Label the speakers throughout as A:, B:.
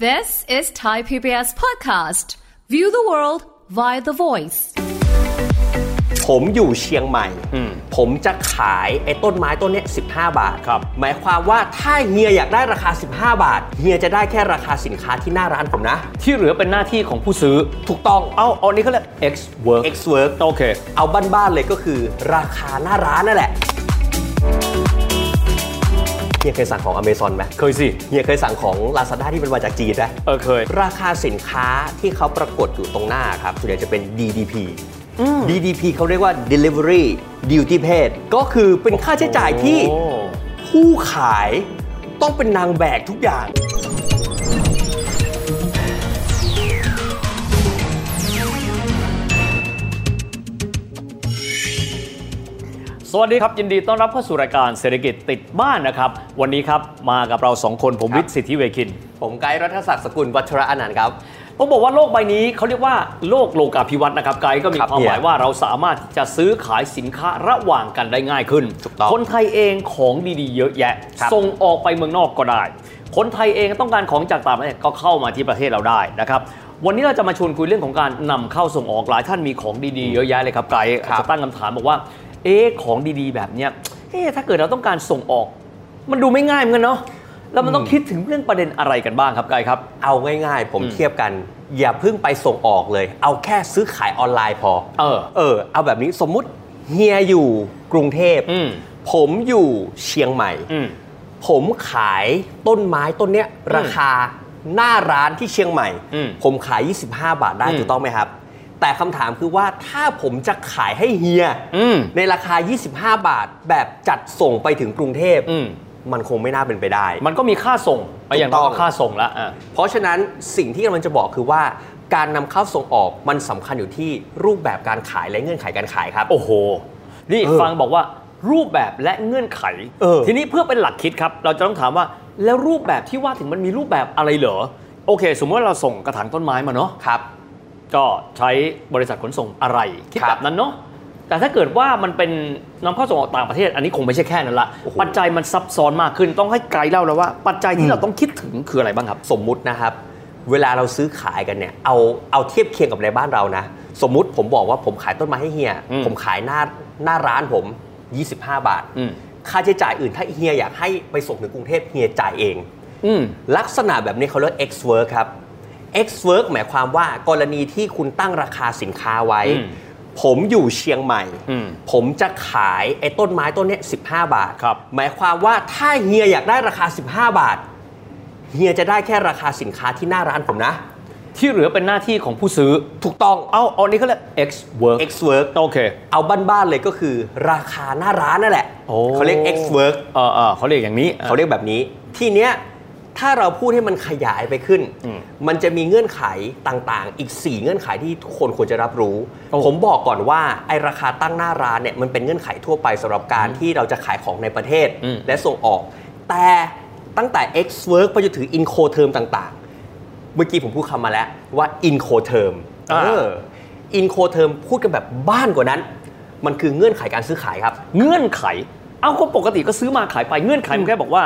A: This is Thai PBS podcast. View the world via the voice.
B: ผมอยู่เชียงใหม่ ผมจะขายไอ้ต้นไม้ต้นเนี้ย15 บาท
C: ครับ
B: หมายความว่าถ้าเฮียอยากได้ราคา 15 บาท เฮียจะได้แค่ราคาสินค้าที่หน้าร้านผมนะ
C: ที่เหลือเป็นหน้าที่ของผู้ซื้อ
B: ถูกต้อง
C: เอาอันนี้เขาเรียก X work
B: X work
C: โอเค
B: เอาบ้านๆเลยก็คือราคาหน้าร้านนั่นแหละ เฮียเคยสั่งของ Amazon ไหม
C: เคยสิ
B: เฮียเคยสั่งของ Lazada ที่เป็นมาจากจีนไหม
C: เออเคย
B: ราคาสินค้าที่เขาปรากฏอยู่ตรงหน้าครับส่วนใหญ่จะเป็น DDP DDP เขาเรียกว่า delivery duty paid ก็คือเป็นค่าใช้จ่ายที่
C: โอ้
B: ผู้ขายต้องเป็นนางแบกทุกอย่าง
C: สวัสดีครับ ยินดีต้อนรับเข้าสู่รายการเศรษฐกิจติดบ้านนะครับ วันนี้ครับมากับเราสองคนผม
B: ครับ
C: วิทย์สิทธิเวคิน
B: ผมไกด์รัฐศักดิ์สกุลวัชระอนันต์ครับ
C: ผมบอกว่าโลกใบนี้เขาเรียกว่าโลกโลกาภิวัตน์นะครับไกด์ก็มี
B: ครับ
C: ความหมาย
B: เนี่ย
C: ว่าเราสามารถที่จะซื้อขายสินค้าระหว่างกันได้ง่ายขึ้น
B: ถูกต้อง
C: คนไทยเองของดีๆ เยอะแยะ
B: ครับ
C: ส่งออกไปเมืองนอกก็ได้ คนไทยเองต้องการของจากต่างประเทศก็เข้ามาที่ประเทศเราได้นะครับ วันนี้เราจะมาชวนคุยเรื่องของการนำเข้าส่งออกหลายท่านมีของดีๆ เยอะแยะเลยครับไกด์จะตั้งคำถามบอกว่า เอ๊ะของดีๆ แบบเนี้ยเอ๊ะถ้าเกิดเราต้องการส่งออก มันดูไม่ง่ายเหมือนกันเนาะแล้วมันต้องคิดถึงเรื่องประเด็นอะไรกันบ้างครับไกด์ครับ
B: เอาง่ายๆ ผมเทียบกัน อย่าเพิ่งไปส่งออกเลย เอาแค่ซื้อขายออนไลน์พอ
C: เออ
B: เออ เอาแบบนี้สมมุติเฮียอยู่กรุงเทพ
C: อืม
B: ผมอยู่เชียงใหม่
C: อืม
B: ผมขายต้นไม้ต้นเนี้ยราคาหน้าร้านที่เชียงใหม่
C: อืม
B: ผมขาย 25 บาทได้
C: อืม
B: ถูกต้องไหมครับ แต่คำถามคือว่าถ้าผมจะขายให้เฮีย
C: อืม
B: ในราคา 25 บาทแบบจัดส่งไปถึงกรุงเทพ
C: อืม
B: มันคงไม่น่าเป็นไปได้
C: มันก็มีค่าส่งอะอย่างน้อย
B: ถูกต้
C: ก็
B: อง
C: ค่าส่งละอ่ะ
B: เพราะฉะนั้นสิ่งที่กำลังจะบอกคือว่าการนำเข้าส่งออกมันสำคัญอยู่ที่รูปแบบการขายและเงื่อนไขการขายครับ
C: โอ้โห นี่
B: เออ
C: ฟังบอกว่ารูปแบบและเงื่อนไข
B: เออ
C: ทีนี้เพื่อเป็นหลักคิดครับ เราจะต้องถามว่าแล้วรูปแบบที่ว่าถึงมันมีรูปแบบอะไรเหรอ โอเค สมมติว่าเราส่งกระถางต้นไม้มาเนาะ
B: ครับ
C: ก็ใช้บริษัทขนส่งอะไรคิด
B: ครับ
C: แบบนั้นเนาะ แต่ถ้าเกิดว่ามันเป็นนำเข้าส่งออกต่างประเทศ อันนี้คงไม่ใช่แค่นั้นละ
B: โอ้โห
C: ปัจจัยมันซับซ้อนมากขึ้น ต้องให้ไกด์เล่าแล้วว่า ปัจจัยที่เราต้องคิดถึงคืออะไรบ้างครับ
B: สมมุตินะครับ เวลาเราซื้อขายกันเนี่ยเอาเอาเทียบเคียงกับในบ้านเรานะ สมมุติผมบอกว่าผมขายต้นไม้ให้เฮีย
C: อืม
B: ผมขายหน้าหน้าร้านผม 25 บาท
C: อืม
B: ค่าใช้จ่ายอื่นถ้าเฮียอยากให้ไปส่งถึงกรุงเทพเฮียจ่ายเอง
C: อืม
B: ลักษณะแบบนี้เขาเรียก X work ครับ X work หมายความว่ากรณีที่คุณตั้งราคาสินค้าไว้
C: อืม
B: ผมอยู่เชียงใหม่
C: อืม
B: ผมจะขายไอ้ต้นไม้ต้นเนี้ย15 บาท
C: ครับ
B: หมายความว่าถ้าเฮียอยากได้ราคา 15 บาท เฮียจะได้แค่ราคาสินค้าที่หน้าร้านผมนะ
C: ที่เหลือเป็นหน้าที่ของผู้ซื้อ
B: ถูกต้อง
C: เอาอันนี้เขาเรียก X work
B: X work
C: โอเค
B: เอาบ้านๆเลยก็คือราคาหน้าร้านนั่นแหละ
C: โอ้
B: เขาเรียก X work
C: เออเออเขาเรียกอย่างนี้
B: เขาเรียกแบบนี้ ทีเนี้ยถ้าเราพูดให้มันขยายไปขึ้น
C: อืม
B: มันจะมีเงื่อนไขต่างๆ อีก 4 เงื่อนไขที่ทุกคนควรจะรับรู้
C: โอ้
B: ผมบอกก่อนว่าไอราคาตั้งหน้าร้านเนี่ยมันเป็นเงื่อนไขทั่วไปสำหรับการที่เราจะขายของในประเทศและส่งออก แต่ตั้งแต่ X work ไปจนถึง Inco term ต่างๆ เมื่อกี้ผมพูดคำมาแล้วว่า Inco term เออ Inco term พูดกันแบบบ้านกว่านั้น มันคือเงื่อนไขการซื้อขายครับ
C: เงื่อนไข เอาก็ปกติก็ซื้อมาขายไปเงื่อนไขมันแค่บอกว่า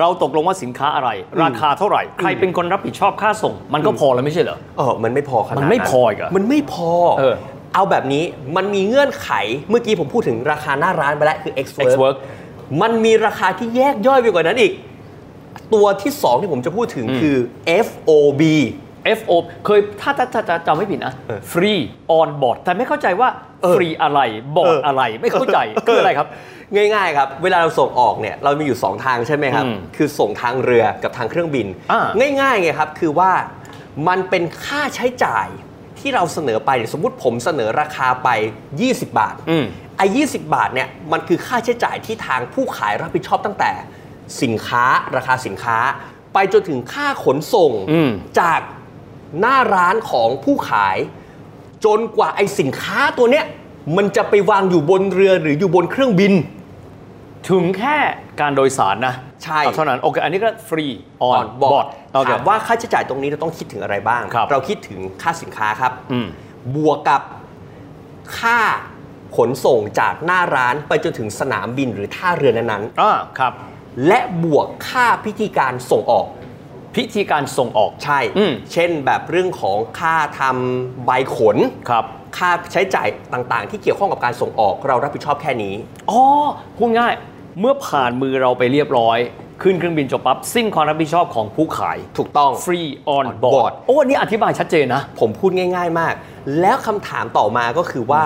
C: เราตกลงว่าสินค้าอะไร ราคาเท่าไหร่ ใครเป็นคนรับผิดชอบค่าส่ง มันก็พอแล้วไม่ใช่เหรอ
B: เออมันไม่พอขนาด
C: มันไม่พออีกเหรอ
B: มันไม่พอ
C: เออ
B: เอาแบบนี้มันมีเงื่อนไข เมื่อกี้ผมพูดถึงราคาหน้าร้านไปแล้วคือ X
C: X work
B: มันมีราคาที่แยกย่อยไปกว่านั้นอีก ตัวที่ 2 ที่ผมจะพูดถึงคือ FOB
C: FO เคยถ้าถ้าถ้าถ้าจำไม่ผิดนะ
B: เออ
C: free on board แต่ไม่เข้าใจว่า
B: เออ
C: free อะไร บอร์ด
B: เอออ
C: อะไร ไม่เข้าใจคืออะไรครับ
B: ง่ายๆครับ เวลาเราส่งออกเนี่ยเรามีอยู่ 2 ทางใช่ไหมครับ
C: อืม
B: คือส่งทางเรือกับทางเครื่องบิน
C: อ่า
B: ง่ายๆไงครับ คือว่ามันเป็นค่าใช้จ่ายที่เราเสนอไปเนี่ยสมมติผมเสนอราคาไป 20 บาท
C: อืม
B: ไอ้ยีบาทเนี่ยมันคือค่าใช้จ่ายที่ทางผู้ขายรับผิดชอบตั้งแต่สินค้าราคาสินค้า ไปจนถึงค่าขนส่ง
C: อืม
B: จากหน้าร้านของผู้ขาย จนกว่าไอสินค้าตัวเนี้ยมันจะไปวางอยู่บนเรือหรืออยู่บนเครื่องบิน
C: ถึงแค่การโดยสารนะ
B: ใช่
C: เอาเท่านั้นโอเคอันนี้ก็ free on
B: บอ
C: board
B: ด
C: โอเค
B: ถามว่าค่าใช้จ่ายตรงนี้เราต้องคิดถึงอะไรบ้าง
C: ครับ
B: เราคิดถึงค่าสินค้าครับ
C: อืม
B: บวกกับค่าขนส่งจากหน้าร้านไปจนถึงสนามบินหรือท่าเรือนั้น
C: อ่าครับ
B: ๆ และบวกค่าพิธีการส่งออก
C: พิธีการส่งออก
B: ใช่
C: อืม
B: เช่นแบบเรื่องของค่าทำใบขน
C: ครับ
B: ค่าใช้จ่ายต่างๆ ที่เกี่ยวข้องกับการส่งออกเรารับผิดชอบแค่นี้
C: อ๋อพูดง่ายเมื่อผ่านมือเราไปเรียบร้อย ขึ้นเครื่องบินจบปั๊บสิ้นความรับผิดชอบของผู้ขาย
B: ถูกต้อง
C: free on
B: On board
C: board โอ้อันนี่อธิบายชัดเจนนะ
B: ผมพูดง่าย ๆ มาก แล้วคำถามต่อมาก็คือว่า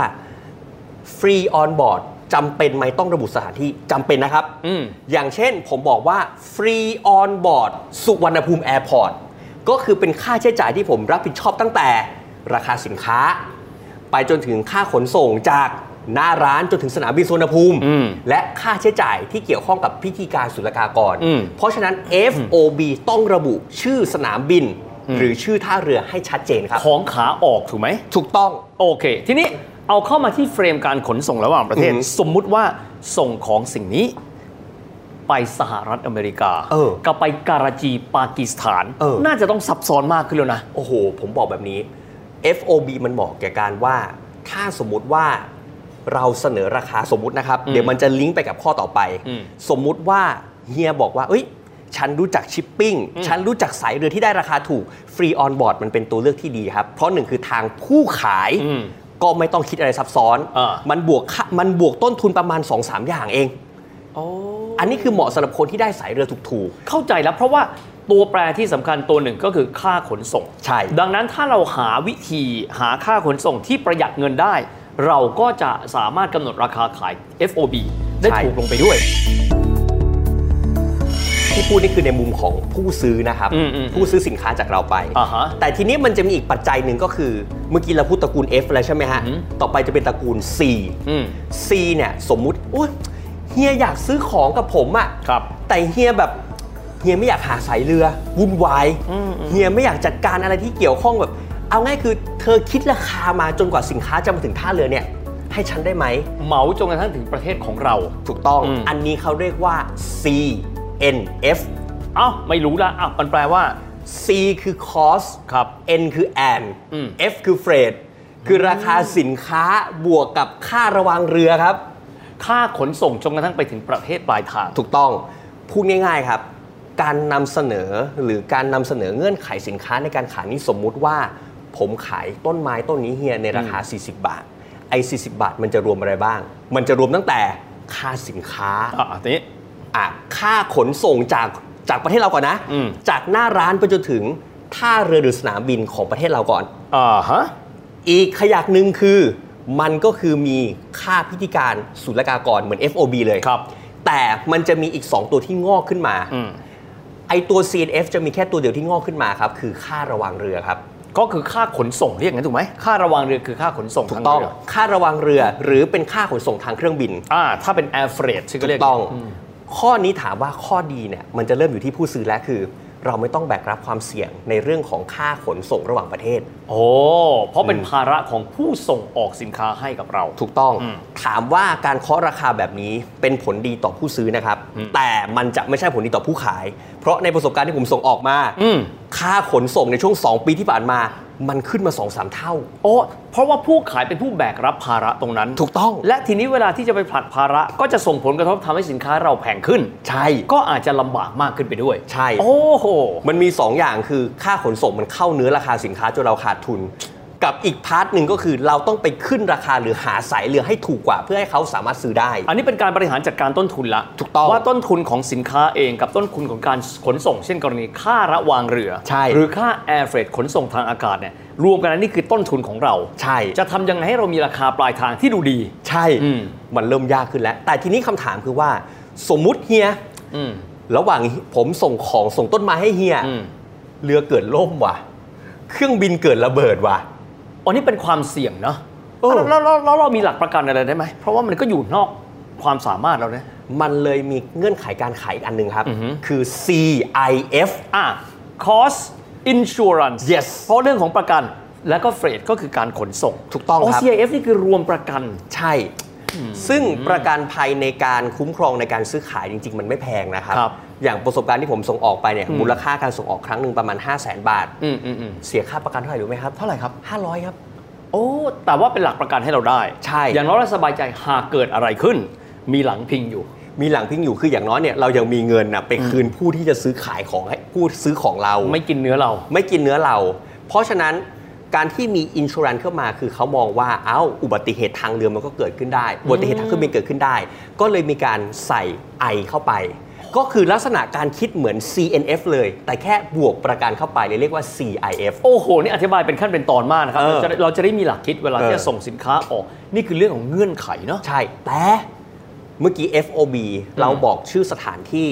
B: free on board จำเป็นไหมต้องระบุสถานที่จำเป็นนะครับ
C: อืม
B: อย่างเช่นผมบอกว่า free on board สุวรรณภูมิแอร์พอร์ตก็คือเป็นค่าใช้จ่ายที่ผมรับผิดชอบตั้งแต่ราคาสินค้า ไปจนถึงค่าขนส่งจากหน้าร้านจนถึงสนามบินสุวรรณภูมิ
C: อืม
B: และค่าใช้จ่ายที่เกี่ยวข้องกับพิธีการศุลกากร
C: อืม
B: เพราะฉะนั้น FOB ต้องระบุชื่อสนามบิน หรือชื่อท่าเรือให้ชัดเจนครับ
C: ของขาออกถูกไหม
B: ถูกต้อง
C: โอเค ทีนี้เอาเข้ามาที่เฟรมการขนส่งระหว่างประเทศ
B: อือหือ
C: สมมุติว่าส่งของสิ่งนี้ ไปสหรัฐอเมริกา
B: เออ
C: กับไปการาจีปากีสถาน
B: เออ
C: น่าจะต้องซับซ้อนมากขึ้นแล้วนะ
B: โอ้โห ผมบอกแบบนี้ FOB มันเหมาะแก่การว่า ถ้าสมมุติว่าเราเสนอราคาสมมุตินะครับ เดี๋ยวมันจะลิงก์ไปกับข้อต่อไป
C: อืม
B: สมมุติว่าเฮียบอกว่า เอ้ย ฉันรู้จักชิปปิ้ง ฉันรู้จักสายเรือที่ได้ราคาถูก ฟรีออนบอร์ดมันเป็นตัวเลือกที่ดีครับ เพราะหนึ่งคือทางผู้ขาย
C: อืม
B: ก็ไม่ต้องคิดอะไรซับซ้อน
C: อ่ามั
B: มันบวกค่ามันบวกต้นทุนประมาณ 2-3 อย่างเอง อันนี้คือเหมาะสำหรับคนที่ได้สายเรือถูก
C: เข้าใจแล้วเพราะว่าตัวแปรที่สำคัญตัวหนึ่งก็คือค่าขนส่ง
B: ใช่
C: ดังนั้นถ้าเราหาวิธีหาค่าขนส่งที่ประหยัดเงินได้ เราก็จะสามารถกำหนดราคาขาย FOB
B: ๆ
C: ได้ถูกลงไปด้วย
B: ที่พูดนี่คือในมุมของผู้ซื้อนะครับ
C: อืมอืม
B: ผู้ซื้อสินค้าจากเราไป
C: อ่าฮะ
B: แต่ทีนี้มันจะมีอีกปัจจัยหนึ่งก็คือ เมื่อกี้เราพูดตระกูล F แล้วใช่ไหมฮะ
C: อือหือ
B: ต่อไปจะเป็นตระกูล C
C: อืม
B: C เนี่ยสมมุติโอ้ยเฮียอยากซื้อของกับผมอะ
C: ครับ
B: แต่เฮียแบบเฮียไม่อยากหาสายเรือวุ่นวายเฮียไม่อยากจัดการอะไรที่เกี่ยวข้องแบบ เอาง่ายคือเธอคิดราคามาจนกว่าสินค้าจะมาถึงท่าเรือเนี่ย ให้ฉันได้ไหม
C: เหมาจนกระทั่งถึงประเทศของเรา
B: ถูกต้อง
C: อืม
B: อันนี้เขาเรียกว่า C N F
C: เอ้าไม่รู้ละอ่ะมันแปลว่า
B: C คือ cost
C: ครับ
B: N คือ and
C: อืม
B: F คือ freight คือราคาสินค้าบวกกับค่าระวางเรือครับ
C: ค่าขนส่งจนกระทั่งไปถึงประเทศปลายทาง
B: ถูกต้องพูดง่ายๆครับ การนำเสนอหรือการนำเสนอเงื่อนไขสินค้าในการขายนี่สมมุติว่า ผมขายต้นไม้ต้นนี้เฮียในราคา 40 บาท ไอ้40 บาทมันจะรวมอะไรบ้าง มันจะรวมตั้งแต่ค่าสินค้า
C: อ่ะทีนี้
B: อ่ะค่าขนส่งจากจากประเทศเราก่อนนะ
C: อืม
B: จากหน้าร้านไปจนถึงท่าเรือหรือสนามบินของประเทศเราก่อน
C: อ่าฮะ
B: อีกขยักหนึ่งคือ มันก็คือมีค่าพิธีการศุลกากรเหมือน FOB เลย
C: ครับ
B: แต่มันจะมีอีก 2 ตัวที่งอกขึ้นมา
C: อืม
B: ไอตัว CNF จะมีแค่ตัวเดียวที่งอกขึ้นมาครับ คือค่าระวางเรือครับ
C: ก็คือค่าขนส่งเรียกงั้นถูกไหมค่าระวางเรือคือค่าขนส่ง
B: ถูก
C: ทา
B: ต้อง
C: เรื
B: ค่าระวางเรือหรือเป็นค่าขนส่งทางเครื่องบิน
C: อ่าถ้าเป็น air freight ชื่อก็
B: ถู
C: เรียก
B: กต้อง ข้อนี้ถามว่าข้อดีเนี่ยมันจะเริ่มอยู่ที่ผู้ซื้อแล้วคือ เราไม่ต้องแบกรับความเสี่ยงในเรื่องของค่าขนส่งระหว่างประเทศ
C: โอ้เพราะเป็นภาระของผู้ส่งออกสินค้าให้กับเรา
B: ถูกต้อง
C: อืม
B: ถามว่าการเคาะราคาแบบนี้เป็นผลดีต่อผู้ซื้อนะครับ
C: อืม
B: แต่มันจะไม่ใช่ผลดีต่อผู้ขาย เพราะในประสบการณ์ที่ผมส่งออกมา
C: อืม
B: ค่าขนส่งในช่วง 2 ปีที่ผ่านมา มันขึ้นมา 2-3 เท่า
C: โอ้เพราะว่าผู้ขายเป็นผู้แบกรับภาระตรงนั้น
B: ถูกต้อง
C: และทีนี้เวลาที่จะไปผลักภาระก็จะส่งผลกระทบทำให้สินค้าเราแพงขึ้น
B: ใช่
C: ก็อาจจะลำบากมากขึ้นไปด้วย
B: ใช่
C: โอ้โห
B: มันมี 2 อย่างคือค่าขนส่งมันเข้าเนื้อราคาสินค้าจนเราขาดทุน กับอีกพาร์ทหนึ่งก็คือเราต้องไปขึ้นราคาหรือหาสายเรือให้ถูกกว่าเพื่อให้เขาสามารถซื้อได้
C: อันนี้เป็นการบริหารจัดการต้นทุนละ
B: ถูกต้อง
C: ว่าต้นทุนของสินค้าเองกับต้นทุนของการขนส่ง เช่นกรณีค่าระวางเรือ
B: ใช่
C: หรือค่าแอร์เฟร t ขนส่งทางอากาศเนี่ยรวมกันแล้วนี่คือต้นทุนของเรา
B: ใช่
C: จะทำยังไงให้เรามีราคาปลายทางที่ดูดี
B: ใช่
C: อืม
B: มันเริ่มยากขึ้นแล้ว แต่ทีนี้คำถามคือว่า สมมุติเฮีย
C: อืม
B: ระหว่างผมส่งของส่งต้นไม้ให้เฮีย
C: อืม
B: เรือเกิดล่มว่ะ เครื่องบินเกิดระเบิดว่ะ
C: อันนี้เป็นความเสี่ยงเนาะ
B: เออ
C: แล้วแล้วแล้วเรามีหลักประกันอะไรได้ไหม เพราะว่ามันก็อยู่นอกความสามารถเราเนี่ย
B: มันเลยมีเงื่อนไขการขายอีกอันหนึ่งครับ
C: อือหือ
B: คือ CIF
C: อ่ะ cost insurance
B: Yes
C: เพราะเรื่องของประกันแล้วก็เฟรดก็คือการขนส่ง
B: ถูกต้องครับ
C: CIF นี่คือรวมประกัน
B: ใช่ ซึ่งประกันภัยในการคุ้มครองในการซื้อขายจริง ๆ มันไม่แพงนะครับ
C: ครับ
B: อย่างประสบการณ์ที่ผมส่งออกไปเนี่ย มูลค่าการส่งออกครั้งหนึ่งประมาณ 5 0 0 0 0 0 บาท
C: อืมอืมอืม
B: เสียค่าประกันเท่าไหร่รู้ไหมครับ เท่าไหร่ครับ 500 ครับ
C: โอ้ แต่ว่าเป็นหลักประกันให้เราได้
B: ใช่
C: อย่างน้อยเราสบายใจหากเกิดอะไรขึ้น มีหลังพิงอยู่
B: มีหลังพิงอยู่คืออย่างน้อยเนี่ยเรายังมีเงินนะไปคืนผู้ที่จะซื้อขายของให้ผู้ซื้อของเรา
C: ไม่กินเนื้อเรา
B: ไม่กินเนื้อเรา เพราะฉะนั้นการที่มีอินชูรันเข้ามาคือเขามองว่า เอ้า อุบัติเหตุทางเรือมันก็เกิดขึ้นได้ อุบัติเหตุทางเครื่องบินเกิดขึ้นได้ ก็เลยมีการใส่ไอเข้าไป ก็คือลักษณะการคิดเหมือน CNF เลย แต่แค่บวกประกันเข้าไปเลยเรียกว่า CIF
C: โอ้โห นี่อธิบายเป็นขั้นเป็นตอนมากนะครับ
B: เออ
C: เราจะเราจะได้มีหลักคิดเวลา
B: เออ
C: ที่จะส่งสินค้าออก นี่คือเรื่องของเงื่อนไขเนาะ
B: ใช่ แต่เมื่อกี้ FOB เราบอกชื่อสถานที่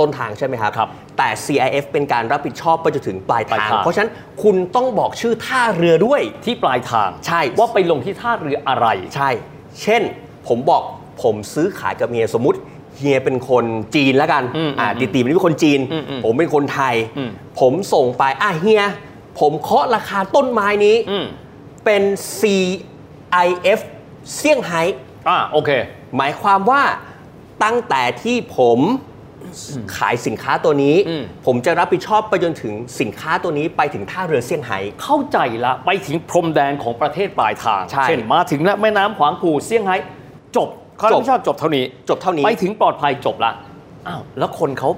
B: ต้นทางใช่ไหมครับ
C: ครับ
B: แต่ CIF เป็นการรับผิดชอบไปจนถึงปลาย
C: ปลา
B: ทาย ง
C: ทาง
B: เพราะฉะนั้นคุณต้องบอกชื่อท่าเรือด้วย
C: ที่ปลายทาง
B: ใช่
C: ว่าไปลงที่ท่าเรืออะไร
B: ใช่ เช่น ผมบอกผมซื้อขายกับเฮียสมมติเฮียเป็นคนจีนแล้วกัน
C: อืม
B: อ่า
C: อืม
B: ตีตีมันเป็นคนจีน
C: อืมอืม
B: ผมเป็นคนไทย
C: อืม
B: ผมส่งไป อ่ะเฮีย ผมเคาะราคาต้นไม้นี้
C: อืม
B: เป็น CIF เซี่ยงไฮ้
C: อ่าโอเค
B: หมายความว่าตั้งแต่ที่ผมขายสินค้าตัวนี้
C: อืม
B: ผมจะรับผิดชอบไปจนถึงสินค้าตัวนี้ไปถึงท่าเรือเซี่ยงไฮ้
C: เข้าใจละไปถึงพรมแดนของประเทศปลายทาง
B: ใช่
C: เช่นมาถึงแล้วแม่น้ำขวางผู่เซี่ยงไฮ้จบเขา
B: จ
C: รับบ ผิดชอบจบเท่านี้
B: จบเท่านี้
C: ไปถึงปลอดภัยจบละอ้าวแล้วคนเขา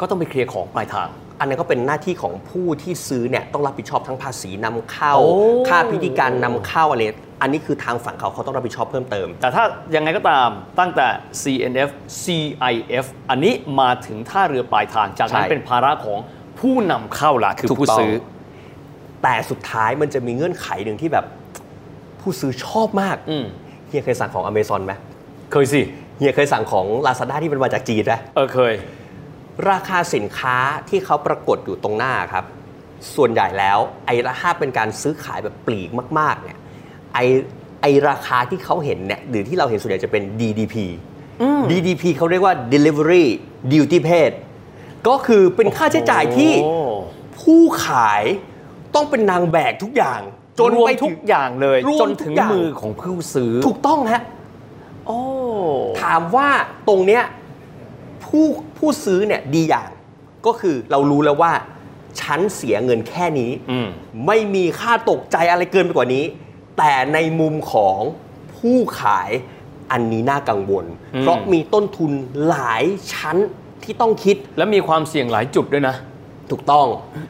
C: ก็ต้องไปเคลียร์ของปลายทาง
B: อันนั้นก็เป็นหน้าที่ของผู้ที่ซื้อเนี่ยต้องรับผิดชอบทั้งภาษีนำเข้า
C: โอ้
B: ค่าพิธีการนำเข้าอะไรอันนี้คือทางฝั่งเขาเขาต้องรับผิดชอบเพิ่มเติม
C: แต่ถ้ายังไงก็ตามตั้งแต่ CNF CIF อันนี้มาถึงท่าเรือปลายทาง จากนั้น
B: ใช่
C: เป็นภาระของผู้นำเข้าละคือผู้ซื้อ
B: แต่สุดท้ายมันจะมีเงื่อนไขหนึ่งที่แบบผู้ซื้อชอบมาก
C: อืม
B: เฮียเคยสั่งของอเมซอนไหม
C: เคยสิ
B: เฮียเคยสั่งของ Lazada ที่เป็นมาจากจีนไหม
C: เออเคย
B: ราคาสินค้าที่เขาปรากฏอยู่ตรงหน้าครับ ส่วนใหญ่แล้วไอ้ราคาเป็นการซื้อขายแบบปลีกมาก ๆ เนี่ยไอ้ไอ้ราคาที่เขาเห็นเนี่ยหรือที่เราเห็นส่วนใหญ่จะเป็น DDP DDP เขาเรียกว่า delivery duty paid ก็คือเป็นค่าใช้จ่ายที่
C: โอ้
B: ผู้ขายต้องเป็นนางแบกทุกอย่าง จน
C: รวม
B: ไป
C: ทุ
B: ถึ
C: ก
B: ง
C: อย่างเลย
B: รวม
C: จนถึง
B: ทุกอย่าง
C: มือของผู้ซื้อ
B: ถูกต้องฮะ
C: โอ้
B: ถามว่าตรงเนี้ยผู้ผู้ซื้อเนี่ยดีอย่างก็คือเรารู้แล้วว่า ฉันเสียเงินแค่นี้
C: อืม
B: ไม่มีค่าตกใจอะไรเกินไปกว่านี้ แต่ในมุมของผู้ขายอันนี้น่ากังวล
C: อืม
B: เพราะมีต้นทุนหลายชั้นที่ต้องคิด
C: แล้วมีความเสี่ยงหลายจุดด้วยนะ
B: ถูกต้อง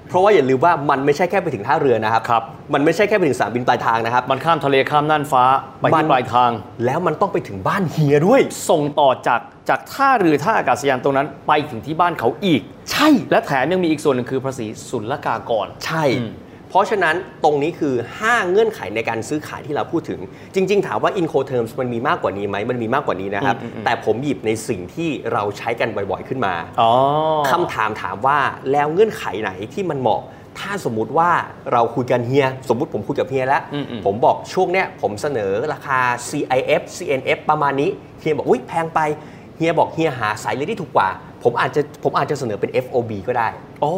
B: เพราะว่าอย่าลืมว่ามันไม่ใช่แค่ไปถึงท่าเรือนะครับ มันไม่ใช่แค่ไปถึงสนามบินปลายทางนะครับ
C: มันข้ามทะเลข้ามน่านฟ้า ไป
B: มั
C: ที่
B: น
C: ปลายทาง
B: แล้วมันต้องไปถึงบ้านเฮียด้วย
C: ส่งต่อจากจากท่าเรือท่าอากาศยานตรงนั้นไปถึงที่บ้านเขาอีก
B: ใช่
C: และแถมยังมีอีกส่วนหนึ่งคือภาษีศุลกากร
B: ใช่
C: อืม
B: เพราะฉะนั้นตรงนี้คือ 5 เงื่อนไขในการซื้อขายที่เราพูดถึง จริง ๆ ถามว่า Incoterms มันมีมากกว่านี้ไหม มันมีมากกว่านี้นะครับ แต่ผมหยิบในสิ่งที่เราใช้กันบ่อยๆ ขึ้นมา
C: อ๋อ
B: คำถามถามว่าแล้วเงื่อนไขไหนที่มันเหมาะ ถ้าสมมติว่าเราคุยกันเฮีย สมมติผมคุยกับเฮียแล้ว
C: อืมอืม
B: ผมบอกช่วงเนี้ยผมเสนอราคา CIF CNF ประมาณนี้ เฮียบอกอุ้ยแพงไป เฮียบอกเฮียหาสายเลยที่ถูกกว่า ผมอาจจะผมอาจจะเสนอเป็น FOB ก็ได้
C: โอ้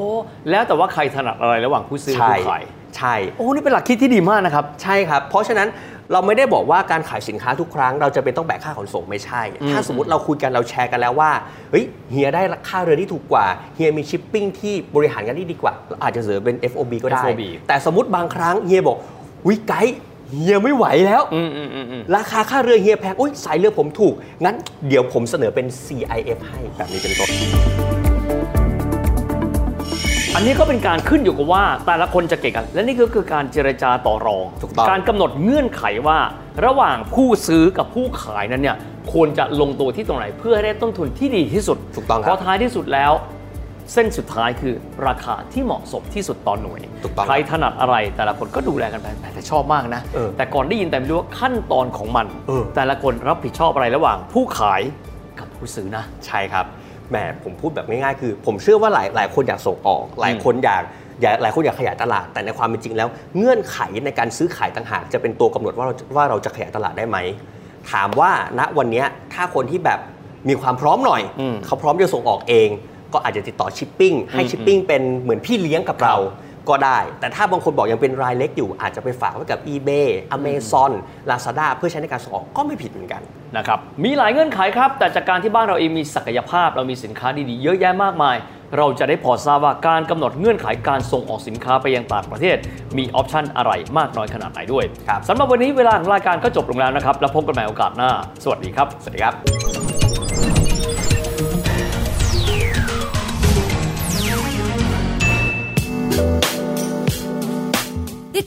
C: แล้วแต่ว่าใครถนัดอะไรระหว่างผู้ซื้อผู้ขาย
B: ใช่
C: โอ้ นี่เป็นหลักคิดที่ดีมากนะครับ
B: ใช่ครับ เพราะฉะนั้นเราไม่ได้บอกว่าการขายสินค้าทุกครั้งเราจะเป็นต้องแบกค่าขนส่งไม่ใช่ ถ้าสมมติเราคุยกันเราแชร์กันแล้วว่า เฮ้ยเฮียได้ค่าเรือที่ถูกกว่า เฮียมีชิปปิ้งที่บริหารกันที่ดีกว่า อาจจะเสนอเป็น FOB ก็ได้
C: FOB
B: แต่สมมติบางครั้งเฮียบอกวิไกด์เฮียไม่ไหวแล้ว
C: อืมอืมอืมอืม
B: ราคาค่าเรือเฮียแพงอุ้ยสายเรือผมถูก งั้นเดี๋ยวผมเสนอเป็น CIF ให้แบบนี้เป็นต้น
C: อันนี้ก็เป็นการขึ้นอยู่กับว่าแต่ละคนจะเก่งกัน และนี่ก็คือการเจรจาต่อรอง
B: ถูกต้อง
C: การกำหนดเงื่อนไขว่า ระหว่างผู้ซื้อกับผู้ขายนั้นเนี่ยควรจะลงตัวที่ตรงไหนเพื่อให้ได้ต้นทุนที่ดีที่สุด
B: ถูกต้องค
C: เพ
B: รับ
C: ราะท้ายที่สุดแล้ว เส้นสุดท้ายคือราคาที่เหมาะสมที่สุดต่อหน่วย
B: ถูกต้อง
C: ใครถนัดอะไรแต่ละคนก็ดูแลกันไปแต่ชอบมากนะ
B: เออ
C: แต่ก่อนได้ยินแต่ไม่รู้ว่าขั้นตอนของมัน
B: เออ
C: แต่ละคนรับผิดชอบอะไรระหว่างผู้ขายกับผู้ซื้อนะ
B: ใช่ครับ แหมผมพูดแบบง่ายๆ คือ ผมเชื่อว่าหลายหลายคนอยากส่งออก หลายคนอยากอยากหลายคนอยากขยายตลาด แต่ในความเป็นจริงแล้ว เงื่อนไขในการซื้อขายต่างหากจะเป็นตัวกำหนดว่าเราว่าเราจะขยายตลาดได้ไหม ถามว่าณวันเนี้ยถ้าคนที่แบบมีความพร้อมหน่อย
C: อืม
B: เขาพร้อมจะส่งออกเอง ก็อาจจะติดต่อชิปปิ้งให้ชิปปิ้งเป็นเหมือนพี่เลี้ยงกับเราก็ได้ แต่ถ้าบางคนบอกยังเป็นรายเล็กอยู่ อาจจะไปฝากไว้กับ eBay Amazon Lazada เพื่อใช้ในการส่งออกก็ไม่ผิดเหมือนกัน
C: นะครับมีหลายเงื่อนไขครับ แต่จากการที่บ้านเราเองมีศักยภาพ เรามีสินค้าดีๆ เยอะแยะมากมาย เราจะได้พอทราบว่าการกำหนดเงื่อนไขการส่งออกสินค้าไปยังต่างประเทศ มีออปชันอะไรมากน้อยขนาดไหนด้วย
B: ครับ
C: สำหรับวันนี้เวลาของรายการก็จบลงแล้วนะครับ แล้วพบกันใหม่โอกาสหน้า สวัสดีครับ
B: สวัสดีครับ
D: ติด